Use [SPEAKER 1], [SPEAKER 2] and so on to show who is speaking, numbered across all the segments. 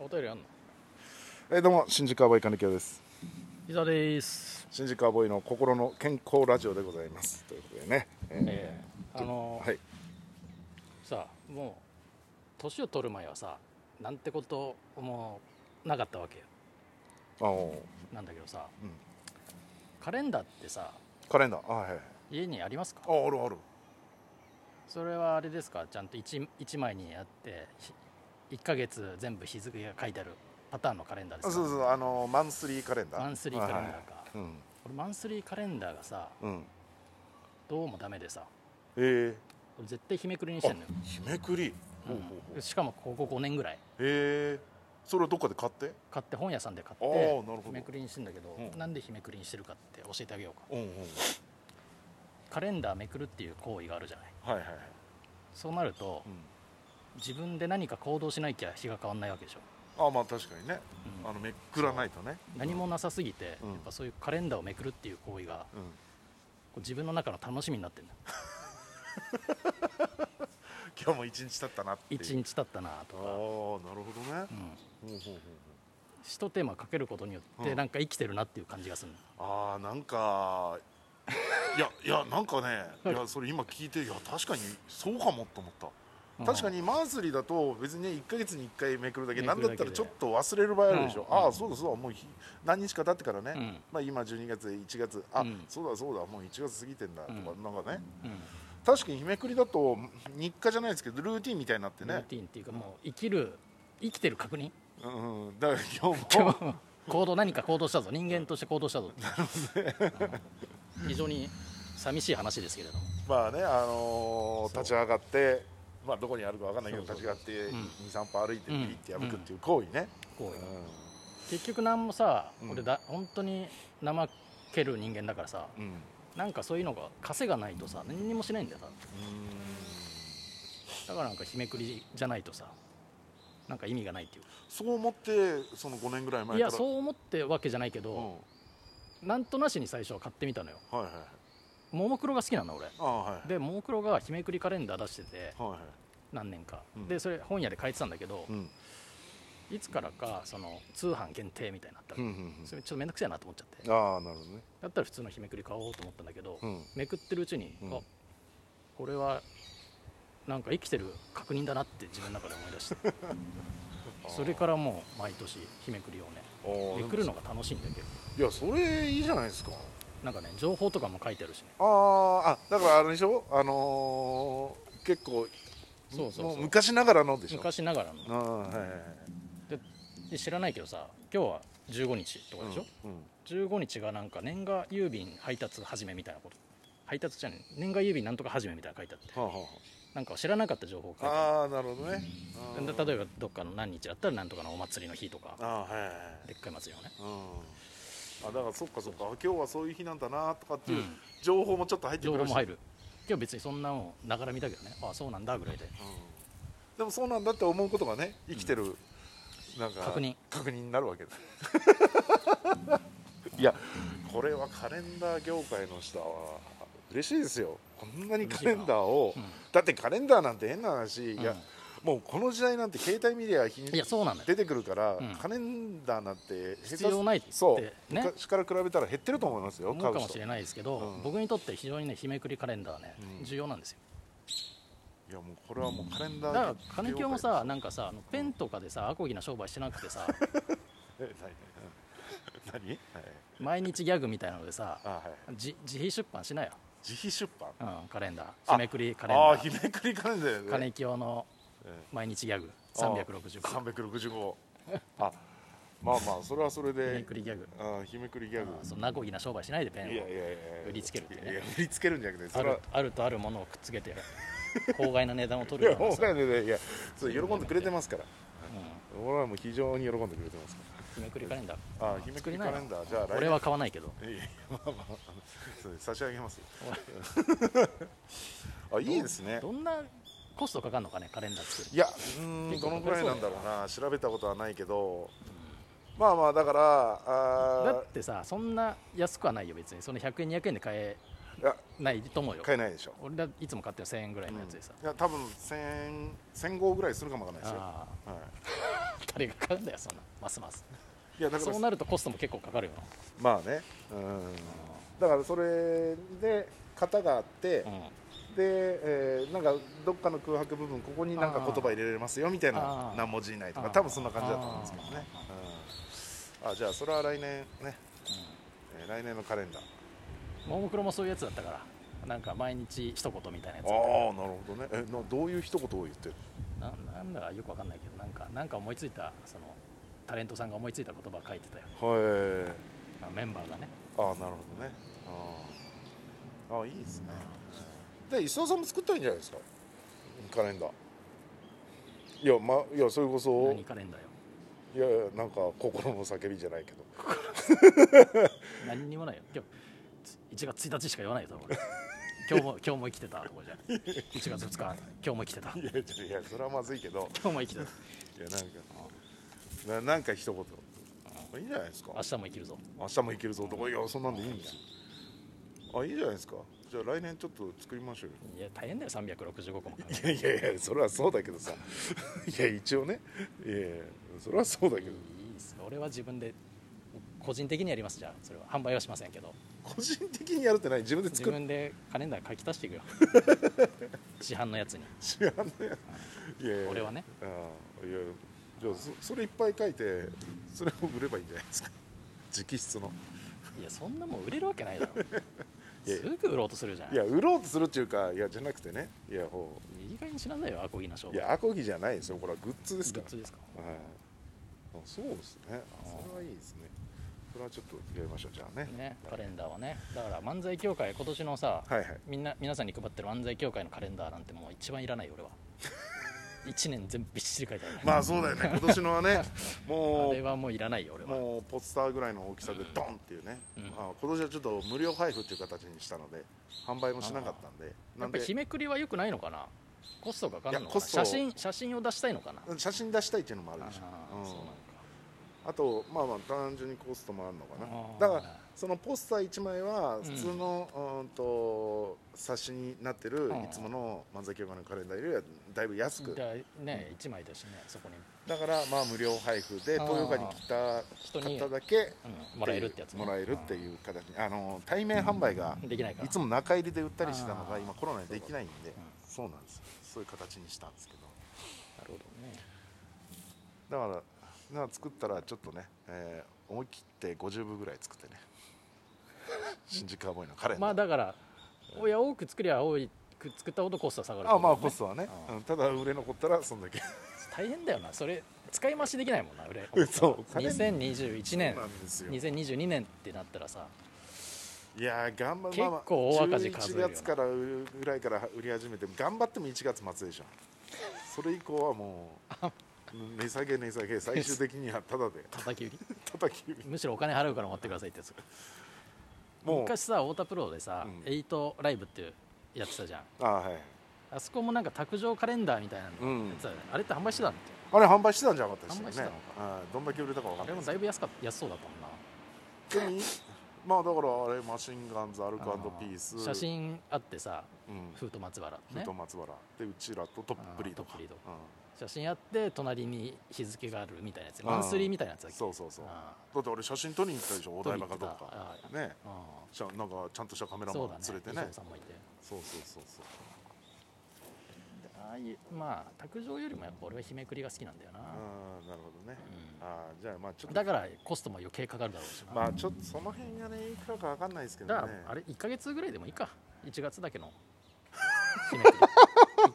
[SPEAKER 1] お便りあんの
[SPEAKER 2] えーどうも新宿アボイ金城です
[SPEAKER 1] 伊沢です、
[SPEAKER 2] 新宿アボイの心の健康ラジオでございますということでね、え
[SPEAKER 1] えーあの
[SPEAKER 2] ー
[SPEAKER 1] ー
[SPEAKER 2] はい
[SPEAKER 1] さあもう年を取る前はさなんてこともなかったわけよ
[SPEAKER 2] あの
[SPEAKER 1] なんだけどさ、
[SPEAKER 2] うん
[SPEAKER 1] カレンダーってさ
[SPEAKER 2] カレンダーあはいはい
[SPEAKER 1] 家にありますか
[SPEAKER 2] ああるある
[SPEAKER 1] それはあれですかちゃんと 1, 一枚にあって1ヶ月全部日付が書いてあるパターンのカレンダーで
[SPEAKER 2] あ
[SPEAKER 1] す
[SPEAKER 2] そう
[SPEAKER 1] か
[SPEAKER 2] そうあのマンスリーカレンダー
[SPEAKER 1] マンスリーカレンダーか、
[SPEAKER 2] はいはい
[SPEAKER 1] 俺マンスリーカレンダーがさ
[SPEAKER 2] うんうん
[SPEAKER 1] どうもダメでさ
[SPEAKER 2] え
[SPEAKER 1] 俺絶対日めくりにしてんのよ
[SPEAKER 2] ー、日めくりほうほうほう
[SPEAKER 1] うんしかもここ5年ぐらい
[SPEAKER 2] えー、それをどっかで買って
[SPEAKER 1] 買って本屋さんで買っ
[SPEAKER 2] ああなる
[SPEAKER 1] て
[SPEAKER 2] ほど
[SPEAKER 1] 日めくりにしてんだけど、
[SPEAKER 2] うん
[SPEAKER 1] なんで日めくりにしてるかって教えてあげようか
[SPEAKER 2] うんうん
[SPEAKER 1] カレンダーめくるっていう行為があるじゃない
[SPEAKER 2] はいはいはい、
[SPEAKER 1] そうなると
[SPEAKER 2] うん、
[SPEAKER 1] 自分で何か行動しなきゃ日が変わんないわけでしょ、
[SPEAKER 2] あまあ確かにね
[SPEAKER 1] うん
[SPEAKER 2] あのめくらないとね
[SPEAKER 1] 何もなさすぎて、
[SPEAKER 2] うん
[SPEAKER 1] やっぱそういうカレンダーをめくるっていう行為が
[SPEAKER 2] うん
[SPEAKER 1] こう自分の中の楽しみになってるんだ
[SPEAKER 2] 今日も一日経ったなっていう
[SPEAKER 1] 1日経ったな
[SPEAKER 2] あ
[SPEAKER 1] と
[SPEAKER 2] あ
[SPEAKER 1] か、
[SPEAKER 2] なるほどね
[SPEAKER 1] う、ん、
[SPEAKER 2] ほうほうほうほう
[SPEAKER 1] 一手間かけることによっ
[SPEAKER 2] う
[SPEAKER 1] て
[SPEAKER 2] ん
[SPEAKER 1] なんか生きてるなっていう感じがするの
[SPEAKER 2] あーなんかいやいやなんかねいやそれ今聞いていや確かにそうかもと思った、確かにマンスリーだと別に1か月に1回めくるだけ
[SPEAKER 1] め
[SPEAKER 2] な
[SPEAKER 1] く
[SPEAKER 2] ん
[SPEAKER 1] る
[SPEAKER 2] だ
[SPEAKER 1] だ
[SPEAKER 2] っ
[SPEAKER 1] け
[SPEAKER 2] た
[SPEAKER 1] で
[SPEAKER 2] らちょっと忘れる場合あるでしょ、
[SPEAKER 1] うん
[SPEAKER 2] あ
[SPEAKER 1] う
[SPEAKER 2] あ
[SPEAKER 1] ん
[SPEAKER 2] そうだそうだもう日何日か経ってからね、
[SPEAKER 1] うん
[SPEAKER 2] まあ、今12月1月あ、
[SPEAKER 1] うん
[SPEAKER 2] そうだそうだもう1月過ぎてんだとか、
[SPEAKER 1] うん
[SPEAKER 2] なんかね
[SPEAKER 1] うん、
[SPEAKER 2] 確かに日めくりだと日課じゃないですけどルーティンみたいになって
[SPEAKER 1] ルー
[SPEAKER 2] ね
[SPEAKER 1] ティンっていうかもう生きる生きてる確認
[SPEAKER 2] うん、うん、だから今日も
[SPEAKER 1] 今日行動何か行動したぞ人間として行動したぞうん非常に寂しい話ですけれども
[SPEAKER 2] まあね、あの
[SPEAKER 1] そ
[SPEAKER 2] ー
[SPEAKER 1] う
[SPEAKER 2] 立ち上がって、まあ、どこにあるかわかんないけど
[SPEAKER 1] そう
[SPEAKER 2] 立
[SPEAKER 1] そ
[SPEAKER 2] ち
[SPEAKER 1] う
[SPEAKER 2] 上
[SPEAKER 1] そ
[SPEAKER 2] が
[SPEAKER 1] う
[SPEAKER 2] っ
[SPEAKER 1] うん
[SPEAKER 2] て23歩歩いて
[SPEAKER 1] うん
[SPEAKER 2] ピリって破くっていう行為ね、
[SPEAKER 1] こう
[SPEAKER 2] う
[SPEAKER 1] 結局何もさ
[SPEAKER 2] うん
[SPEAKER 1] 俺だ本当に怠ける人間だからさ
[SPEAKER 2] んうん
[SPEAKER 1] なんかそういうのが稼がないとさ何にもしないんだよだからなんか日めくりじゃないとさなんか意味がないっていうか
[SPEAKER 2] そう思ってその5年ぐらい前から、
[SPEAKER 1] いやそうう思ってわけじゃないけ
[SPEAKER 2] うん、
[SPEAKER 1] ど、なんとなしに最初は買ってみたのよ
[SPEAKER 2] はいはい
[SPEAKER 1] ももクロが好きなの俺
[SPEAKER 2] ああはい
[SPEAKER 1] でももクロが日めくりカレンダー出してて
[SPEAKER 2] はいはい
[SPEAKER 1] 何年か、
[SPEAKER 2] うん
[SPEAKER 1] でそれ本屋で買えてたんだけど、
[SPEAKER 2] うん
[SPEAKER 1] いつからかその通販限定みたいになった
[SPEAKER 2] う
[SPEAKER 1] の、
[SPEAKER 2] んうん
[SPEAKER 1] それちょっと面倒くせえなと思っちゃって
[SPEAKER 2] うんああなるほどね
[SPEAKER 1] だったら普通の日めくり買おうと思ったんだけど、
[SPEAKER 2] うん
[SPEAKER 1] めくってるうちに、
[SPEAKER 2] うん
[SPEAKER 1] あこれはなんか生きてる確認だなって自分の中で思い出してそれからもう毎年日めくりをね
[SPEAKER 2] あー
[SPEAKER 1] めくるのが楽しいんだけど
[SPEAKER 2] いやそれいいじゃないですか
[SPEAKER 1] なんかね情報とかも書いてあるしね
[SPEAKER 2] あーあだからあれでしょあのー結構
[SPEAKER 1] そうそうそう
[SPEAKER 2] も昔ながらのでしょ
[SPEAKER 1] 昔ながらの
[SPEAKER 2] ああはいはいはい
[SPEAKER 1] で知らないけどさ今日は15日とかでしょ、
[SPEAKER 2] うんうん
[SPEAKER 1] 15日がなんか年賀郵便配達始めみたいなこと配達じゃない年賀郵便なんとか始めみたいなの書いてあって
[SPEAKER 2] はあはあはあ
[SPEAKER 1] なんか知らなかった情報を書いてあ
[SPEAKER 2] ああなるほどね
[SPEAKER 1] るで例えばどっかの何日だったらなんとかのお祭りの日とか
[SPEAKER 2] ああはいはいはい
[SPEAKER 1] でっかい祭りのね
[SPEAKER 2] うんあだからそっかそっか今日はそういう日なんだなとかっていう
[SPEAKER 1] うん
[SPEAKER 2] 情報もちょっと入って
[SPEAKER 1] 情
[SPEAKER 2] く
[SPEAKER 1] 報
[SPEAKER 2] る
[SPEAKER 1] も
[SPEAKER 2] し、
[SPEAKER 1] 入る今日別にそんなのながら見たけどねああそうなんだぐらいで
[SPEAKER 2] うんでもそうなんだって思うことがね生きてる、なんか
[SPEAKER 1] 確認
[SPEAKER 2] 確認になるわけです いやこれはカレンダー業界の人は嬉しいですよこんなにカレンダーを、
[SPEAKER 1] うん
[SPEAKER 2] だってカレンダーなんて変な話、いや
[SPEAKER 1] うん
[SPEAKER 2] もうこの時代なんて携帯メディア日に
[SPEAKER 1] いやそうなのよ
[SPEAKER 2] 出てくるから、
[SPEAKER 1] うん
[SPEAKER 2] カレンダーなんて下手す
[SPEAKER 1] 必要ないって
[SPEAKER 2] そう、
[SPEAKER 1] ね
[SPEAKER 2] 昔から比べたら減ってると思いますよ
[SPEAKER 1] 思うか
[SPEAKER 2] 買
[SPEAKER 1] も
[SPEAKER 2] 人
[SPEAKER 1] しれないですけど、
[SPEAKER 2] うん
[SPEAKER 1] 僕にとって非常にね日めくりカレンダーはね、
[SPEAKER 2] うん
[SPEAKER 1] 重要なんですよ
[SPEAKER 2] いやもうこれはもうカレンダ
[SPEAKER 1] だ
[SPEAKER 2] ー
[SPEAKER 1] から金清もさなんかさあのペンとかでさアコギな商売してなく てさ
[SPEAKER 2] え何何、はい、
[SPEAKER 1] 毎日ギャグみたいなのでさ
[SPEAKER 2] あはい
[SPEAKER 1] じ自費出版しなよ、
[SPEAKER 2] 自費出版
[SPEAKER 1] うん、カレンダー
[SPEAKER 2] あ
[SPEAKER 1] 日めくりカレン
[SPEAKER 2] あ
[SPEAKER 1] ダ
[SPEAKER 2] あ
[SPEAKER 1] ー
[SPEAKER 2] 日めくりカレンダーだよね
[SPEAKER 1] 金清の
[SPEAKER 2] え
[SPEAKER 1] 毎日ギャグ
[SPEAKER 2] えああ
[SPEAKER 1] 365
[SPEAKER 2] 365あまあまあそれはそれ
[SPEAKER 1] 日め
[SPEAKER 2] で
[SPEAKER 1] くりギャグ
[SPEAKER 2] あー日めくりギャグ
[SPEAKER 1] ああそんなアコギな商売しないでペンを
[SPEAKER 2] いやいやいや
[SPEAKER 1] 売りつけるってね
[SPEAKER 2] いや売りつけるんじゃなくて
[SPEAKER 1] あ
[SPEAKER 2] それは
[SPEAKER 1] るあるとあるものをくっつけて法外な値段を取
[SPEAKER 2] い
[SPEAKER 1] る
[SPEAKER 2] や
[SPEAKER 1] ようなさ、
[SPEAKER 2] いやいやいやそう喜んでくれてますから
[SPEAKER 1] う
[SPEAKER 2] 俺はもう非常に喜んでくれてますか
[SPEAKER 1] ん、日
[SPEAKER 2] ら
[SPEAKER 1] めくりカレンダー
[SPEAKER 2] あー日めくりカレンダーじゃあ来年
[SPEAKER 1] 俺は買わないけど
[SPEAKER 2] いやいやまあまああのそうです差し上げますよ あいいですね
[SPEAKER 1] どんなコストかかるのかねカレンダー作る
[SPEAKER 2] いやうーん
[SPEAKER 1] 結
[SPEAKER 2] ど
[SPEAKER 1] 構
[SPEAKER 2] の
[SPEAKER 1] か
[SPEAKER 2] ぐ
[SPEAKER 1] かり
[SPEAKER 2] ら
[SPEAKER 1] そ
[SPEAKER 2] いう
[SPEAKER 1] だよ
[SPEAKER 2] なんだろうな調べたことはないけどまあまあだから
[SPEAKER 1] だ
[SPEAKER 2] あ
[SPEAKER 1] ってさそんな安くはないよ別にその100円200円で買え
[SPEAKER 2] ーや
[SPEAKER 1] ないと思うよ
[SPEAKER 2] 買えないでしょ
[SPEAKER 1] 俺らいつも買ってる1000円ぐらいのやつでさ、
[SPEAKER 2] いや多分1000 1005ぐらいするかもわかんないですよ、は
[SPEAKER 1] ああ
[SPEAKER 2] い、
[SPEAKER 1] 誰が買うんだよそんなますます
[SPEAKER 2] いやだか
[SPEAKER 1] そう
[SPEAKER 2] ら
[SPEAKER 1] なるとコストも結構かかるよ
[SPEAKER 2] まあねうんだからそれで型があって、
[SPEAKER 1] な、うん、
[SPEAKER 2] で、えーなんかどっかの空白部分ここになんか言葉入れられますよみたいな
[SPEAKER 1] あー
[SPEAKER 2] 何文字以内とか
[SPEAKER 1] あー
[SPEAKER 2] 多分そんな感じだと思うんですけどねうんあじゃあそれは来年ね、えー来年のカレンダー
[SPEAKER 1] ももクロもそういうやつだったからなんか毎日一言みたいなやつ
[SPEAKER 2] ああ
[SPEAKER 1] だったから
[SPEAKER 2] なるほどねえなどういう一言を言ってる
[SPEAKER 1] ななんだかよくわかんないけどなんかなんか思いついたそのタレントさんが思いついた言葉書いてたよ
[SPEAKER 2] はい
[SPEAKER 1] あメンバーがね
[SPEAKER 2] ああなるほどねあーあいいですねで石田さんも作ったらいいんじゃないですかカレンダーいや,、ま、いやそれこそ
[SPEAKER 1] 何カレンダーよ
[SPEAKER 2] いやなんか心の叫びじゃないけど
[SPEAKER 1] 何にもないよ今日1月1日しか言わないよ多分 俺今日も今日も生きてたとかじゃない1月2日今日も生きてた今
[SPEAKER 2] いやいやそれはまずいけど
[SPEAKER 1] 日も生きてた
[SPEAKER 2] いやなんかななんか一言いいんじゃないですか
[SPEAKER 1] 明日も生きるぞ
[SPEAKER 2] 明日も行けるぞとかいやそんなんでいいんですよあいいじゃないですかじゃあ来年ちょっと作りましょうよ
[SPEAKER 1] いや大変だよ365個も考えて
[SPEAKER 2] いやいやいやそれはそうだけどさ いや一応ねいやいやそれはそうだけど
[SPEAKER 1] いいっすよ俺は自分で個人的にやりますじゃあそれは販売はしませんけど
[SPEAKER 2] 個人的にやるってない自分で
[SPEAKER 1] 自
[SPEAKER 2] 作る
[SPEAKER 1] 分でカレンダー書き足して いくよ市販のやつに
[SPEAKER 2] 知らんねいやいや
[SPEAKER 1] 俺はね
[SPEAKER 2] あいやじゃあそそれいっぱい書いてそれを売ればいいんじゃないですか直筆の
[SPEAKER 1] いやそんなもん売れるわけないだろ
[SPEAKER 2] いや
[SPEAKER 1] すぐ売ろうとするじゃん
[SPEAKER 2] いや売ろうとするっていうかいやじゃなくてねいやほう
[SPEAKER 1] いい加減にしなさいよアコギな商
[SPEAKER 2] い
[SPEAKER 1] 売
[SPEAKER 2] や、アコギじゃないですよ、これはグッズです
[SPEAKER 1] グ
[SPEAKER 2] か。
[SPEAKER 1] ッズですから
[SPEAKER 2] はい。あそうですね。あそれはいいですね。それはちょっとやりましょう、じゃあね。
[SPEAKER 1] ねカレンダーはねだから漫才協会今年のさ、
[SPEAKER 2] はいはい。
[SPEAKER 1] みんな皆さんに配ってる漫才協会のカレンダーなんてもう一番いらないよ俺 は1年全部びっしり書いてある、ね
[SPEAKER 2] まあそうだよ ね、今年のはね、
[SPEAKER 1] あ
[SPEAKER 2] も
[SPEAKER 1] れはもういらないよ俺
[SPEAKER 2] う、
[SPEAKER 1] は
[SPEAKER 2] もうポスターぐらいの大きさでドンっていうね、
[SPEAKER 1] うん
[SPEAKER 2] あ今年はちょっと無料配布っていう形にしたので、販売もしなかったんで、
[SPEAKER 1] や
[SPEAKER 2] な
[SPEAKER 1] っ
[SPEAKER 2] ん
[SPEAKER 1] ぱ
[SPEAKER 2] で
[SPEAKER 1] り、日めくりは良くないのかなコストかかるの
[SPEAKER 2] いや
[SPEAKER 1] か
[SPEAKER 2] コ
[SPEAKER 1] な
[SPEAKER 2] スト
[SPEAKER 1] 写真写真を出したいのかな
[SPEAKER 2] 写真出したいっていうのもある
[SPEAKER 1] あ
[SPEAKER 2] でし
[SPEAKER 1] あ、
[SPEAKER 2] ょ。うん
[SPEAKER 1] そうなのか
[SPEAKER 2] あとまあまあ単純にコストもあるの
[SPEAKER 1] あー
[SPEAKER 2] かなだからそのポスター1枚は
[SPEAKER 1] ん
[SPEAKER 2] 普通の、うーん、と冊子になってる
[SPEAKER 1] うん
[SPEAKER 2] いつもの漫才協会のカレンダーよりはだいぶ安く
[SPEAKER 1] だからね1枚だしねそこに
[SPEAKER 2] だからまあ無料配布で
[SPEAKER 1] あー
[SPEAKER 2] 東洋館に来た
[SPEAKER 1] 人に、
[SPEAKER 2] 方だけ
[SPEAKER 1] うんもらえるってやつね、
[SPEAKER 2] もらえるっていう形にあの対面販売が
[SPEAKER 1] うんできないから
[SPEAKER 2] いつも中入りで売ったりしてたのが
[SPEAKER 1] あー
[SPEAKER 2] 今コロナでできないんで
[SPEAKER 1] うん
[SPEAKER 2] そうなんですよそういう形にしたんですけど
[SPEAKER 1] なるほどね
[SPEAKER 2] だからだから作ったらちょっとね、えー思い切って50部ぐらい作っ てね新宿アボーイのカレンダー
[SPEAKER 1] まあだからいや多く作りゃ多いく作ったほどコストは下がる
[SPEAKER 2] あまあコストはね、
[SPEAKER 1] う
[SPEAKER 2] うんただ売れ残ったらそんだけ
[SPEAKER 1] 大変だよなそれ使い増しできないもんな俺
[SPEAKER 2] そう
[SPEAKER 1] 2021年
[SPEAKER 2] そうなんですよ
[SPEAKER 1] 2022年ってなったらさ
[SPEAKER 2] いやー頑張
[SPEAKER 1] 結構大赤字数えるよ
[SPEAKER 2] 11
[SPEAKER 1] な
[SPEAKER 2] 月からぐらいから売り始めて頑張っても1月末でしょそれ以降はも う値下げ値下げ最終的にはただで
[SPEAKER 1] 叩き売 り
[SPEAKER 2] 叩き売り
[SPEAKER 1] むしろお金払うから持ってくださいってやつ
[SPEAKER 2] もう
[SPEAKER 1] 昔さ太田プロでさ
[SPEAKER 2] うん
[SPEAKER 1] エイトライブっていうやってたじゃん
[SPEAKER 2] あーはい
[SPEAKER 1] あそこもなんか卓上カレンダーみたいなのやってたよねあれって販売してたんだよ
[SPEAKER 2] あれ販売してたんじゃなかったで
[SPEAKER 1] 販売し
[SPEAKER 2] す
[SPEAKER 1] て
[SPEAKER 2] よ
[SPEAKER 1] た
[SPEAKER 2] ね
[SPEAKER 1] のか
[SPEAKER 2] あーどんだけ売れたか分か
[SPEAKER 1] あれ
[SPEAKER 2] んない
[SPEAKER 1] も
[SPEAKER 2] です
[SPEAKER 1] だ
[SPEAKER 2] け
[SPEAKER 1] い
[SPEAKER 2] ど
[SPEAKER 1] ぶ安かっ安そうだったもんな
[SPEAKER 2] でもいいまあだからあれマシンガンズアルコピー
[SPEAKER 1] あ
[SPEAKER 2] ス
[SPEAKER 1] の写、真あってさ
[SPEAKER 2] うん、
[SPEAKER 1] フート松原
[SPEAKER 2] ふ
[SPEAKER 1] ね
[SPEAKER 2] と松原でうちらとトップリーと
[SPEAKER 1] あートッ
[SPEAKER 2] か
[SPEAKER 1] プリーと
[SPEAKER 2] うん
[SPEAKER 1] 写真あって隣に日付があるみたいなやつ
[SPEAKER 2] ん
[SPEAKER 1] マンスリーみたいなやつだっけ
[SPEAKER 2] そうそうそう
[SPEAKER 1] あ
[SPEAKER 2] だって俺写真撮りに行ったでしょお
[SPEAKER 1] ー
[SPEAKER 2] 台場かどう
[SPEAKER 1] 撮りに
[SPEAKER 2] か
[SPEAKER 1] 行ってたあ
[SPEAKER 2] ね
[SPEAKER 1] ー
[SPEAKER 2] じゃあなんかちゃんとしたカメ
[SPEAKER 1] う
[SPEAKER 2] ラ
[SPEAKER 1] ん
[SPEAKER 2] マ
[SPEAKER 1] そ
[SPEAKER 2] ン
[SPEAKER 1] うだね
[SPEAKER 2] 連れてね
[SPEAKER 1] 磯野さんもいて
[SPEAKER 2] そうそうそうそう
[SPEAKER 1] ああいうまあ卓上よりもやっぱ俺は日めくりが好きなんだよな、
[SPEAKER 2] あーなるほどねあーじゃあまあちょっ
[SPEAKER 1] だ
[SPEAKER 2] と
[SPEAKER 1] からコストも余計かかるだろうしな、
[SPEAKER 2] まあちょっとその辺がねいくらかわかんないですけど
[SPEAKER 1] だ
[SPEAKER 2] ね
[SPEAKER 1] からあれ1か月ぐらいでもいいか1月だけ の日めく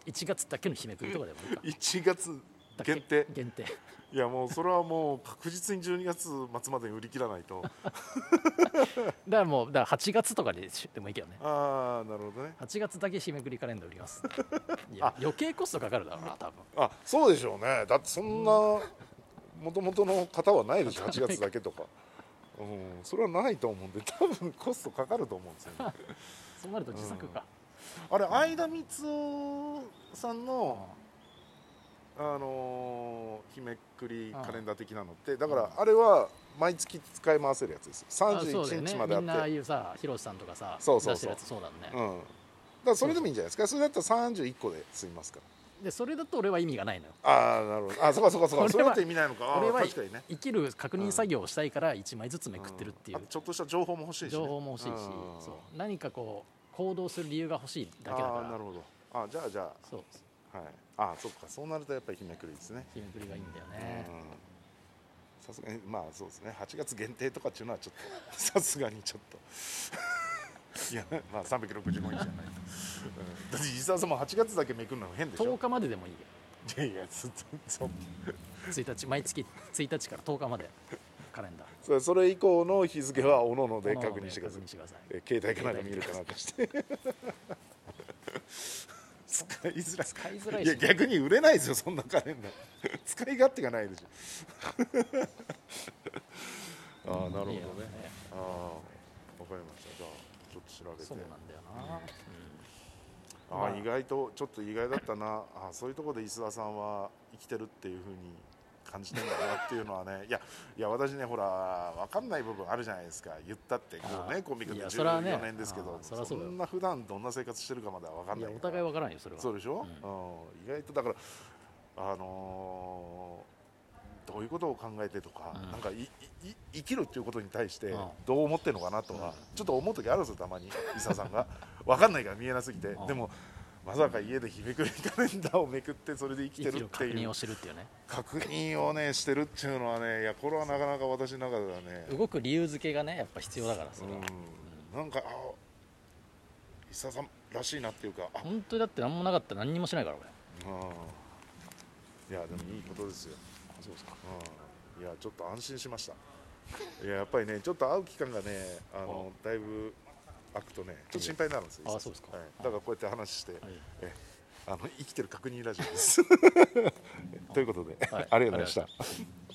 [SPEAKER 1] り1月だけの日めくりとかでもいいか
[SPEAKER 2] 1月
[SPEAKER 1] だけ
[SPEAKER 2] 限定
[SPEAKER 1] 限定
[SPEAKER 2] いやもうそれはもう確実に12月末までに売り切らないと
[SPEAKER 1] だからもうだから8月とかでしでもいいけどね
[SPEAKER 2] ああなるほどね
[SPEAKER 1] 8月だけ日めくりカレンダー売り ますいや余計コストかかるだろうな多分
[SPEAKER 2] あそうでしょうねだってそんなもともとの方はないでしょ8月だけとか、うん、それはないと思うんで多分コストかかると思うんですよね
[SPEAKER 1] そうなると自作か、
[SPEAKER 2] あれ相田光雄さんのあのー日めくりカレンダー的なのってだからあれは毎月使い回せるやつです
[SPEAKER 1] あそうだよ
[SPEAKER 2] 31
[SPEAKER 1] ね
[SPEAKER 2] 日まであっ
[SPEAKER 1] みん
[SPEAKER 2] て
[SPEAKER 1] なああいうさ広瀬さんとかさ
[SPEAKER 2] そうそうそう
[SPEAKER 1] 出してるやつそうだね、
[SPEAKER 2] うん、だからそれでもいいんじゃないですかそれだったら31個で済みますか
[SPEAKER 1] でそれだと俺は意味がないのよ
[SPEAKER 2] らああなるほどあそうかそうかそ
[SPEAKER 1] これは
[SPEAKER 2] うかそれだと意味ないのかあ
[SPEAKER 1] 俺
[SPEAKER 2] ー
[SPEAKER 1] は
[SPEAKER 2] 確かにね
[SPEAKER 1] 生きる確認作業をしたいから1枚ずつめくってるっていう
[SPEAKER 2] あとちょっとした情報も欲しいし、ね、
[SPEAKER 1] 情報も欲しいし、
[SPEAKER 2] うん
[SPEAKER 1] そう何かこう行動する理由が欲しいだけだか
[SPEAKER 2] あーな
[SPEAKER 1] ら
[SPEAKER 2] るほどあじゃあじゃ
[SPEAKER 1] そう
[SPEAKER 2] あはいあそっかそうなるとやっぱり日めくりですね
[SPEAKER 1] 日めくりがいいんだよ
[SPEAKER 2] うん
[SPEAKER 1] ね、
[SPEAKER 2] さすがにまあそうですね8月限定とかっていうのはちょっと さすがにちょっといやまあ365日じゃないと、うん、だって伊沢さんも8月だけめくるの変でし
[SPEAKER 1] 10
[SPEAKER 2] ょ
[SPEAKER 1] 日まででもいいよ
[SPEAKER 2] いやいやそそ
[SPEAKER 1] 1日毎月1日から10日までカレンダー
[SPEAKER 2] そ それ以降の日付はおのので確認してください
[SPEAKER 1] 確認してください
[SPEAKER 2] え携帯かなんか見るかなんかして 使いづらい
[SPEAKER 1] 使いづらい
[SPEAKER 2] いや
[SPEAKER 1] し
[SPEAKER 2] 逆に売れないですよそんなカレンダー 使い勝手がないでしょ ああなるほ
[SPEAKER 1] い
[SPEAKER 2] どね
[SPEAKER 1] いよ
[SPEAKER 2] ああわかりましたじゃあちょっと調
[SPEAKER 1] そう
[SPEAKER 2] べ
[SPEAKER 1] なん
[SPEAKER 2] て
[SPEAKER 1] だよな、
[SPEAKER 2] あー、
[SPEAKER 1] まあ
[SPEAKER 2] 意外とちょっと意外だったなあーそういうところで石田さんは生きてるっていうふうに感じてんだなっていうのはねいやいや私ねほらわかんない部分あるじゃないですか言ったってこう
[SPEAKER 1] あ
[SPEAKER 2] ね
[SPEAKER 1] ー
[SPEAKER 2] コンビ組ん
[SPEAKER 1] い
[SPEAKER 2] で
[SPEAKER 1] やそれはね
[SPEAKER 2] 14年ですけど
[SPEAKER 1] あーそりゃそうだよ
[SPEAKER 2] んな普段どんな生活してるかまだわかん
[SPEAKER 1] い
[SPEAKER 2] な
[SPEAKER 1] や
[SPEAKER 2] い
[SPEAKER 1] お
[SPEAKER 2] から
[SPEAKER 1] 互いわからんよそれは
[SPEAKER 2] そうでしょ、
[SPEAKER 1] う
[SPEAKER 2] うん意外とだからあのーどういうことを考えてとか、
[SPEAKER 1] うん
[SPEAKER 2] なんかいいい生きるっていうことに対して
[SPEAKER 1] うん
[SPEAKER 2] どう思ってるのかなとか、ちょっと思う時あるんですよたまに伊沢さんが わかんないから見えなすぎて、
[SPEAKER 1] うん
[SPEAKER 2] でもまさか家で日めくりカレンダーをめくってそれで生きて
[SPEAKER 1] 生き
[SPEAKER 2] る
[SPEAKER 1] る
[SPEAKER 2] って
[SPEAKER 1] 確
[SPEAKER 2] い
[SPEAKER 1] 認
[SPEAKER 2] う
[SPEAKER 1] をしてるっていうね
[SPEAKER 2] 確認をねしてるっていうのはねいやこれはなかなか私の中ではね、
[SPEAKER 1] 動く理由付けがねやっぱ必要だからそれは、
[SPEAKER 2] うん、なんかあ伊沢さんらしいなっていうかあ
[SPEAKER 1] 本当にだって何もなかったら何にもしないから俺
[SPEAKER 2] うんいやでもいいことですよ、
[SPEAKER 1] そうですか
[SPEAKER 2] うん、いやちょっと安心しましたいややっぱりねちょっと会う期間がねあのだいぶ空くとねちょっと心配になるんですよ
[SPEAKER 1] あ
[SPEAKER 2] 伊沢
[SPEAKER 1] そうですか
[SPEAKER 2] はい、だからこうやって話して、
[SPEAKER 1] はい
[SPEAKER 2] え あの生きてる確認ラジオですということで、
[SPEAKER 1] はい
[SPEAKER 2] ありがとうございました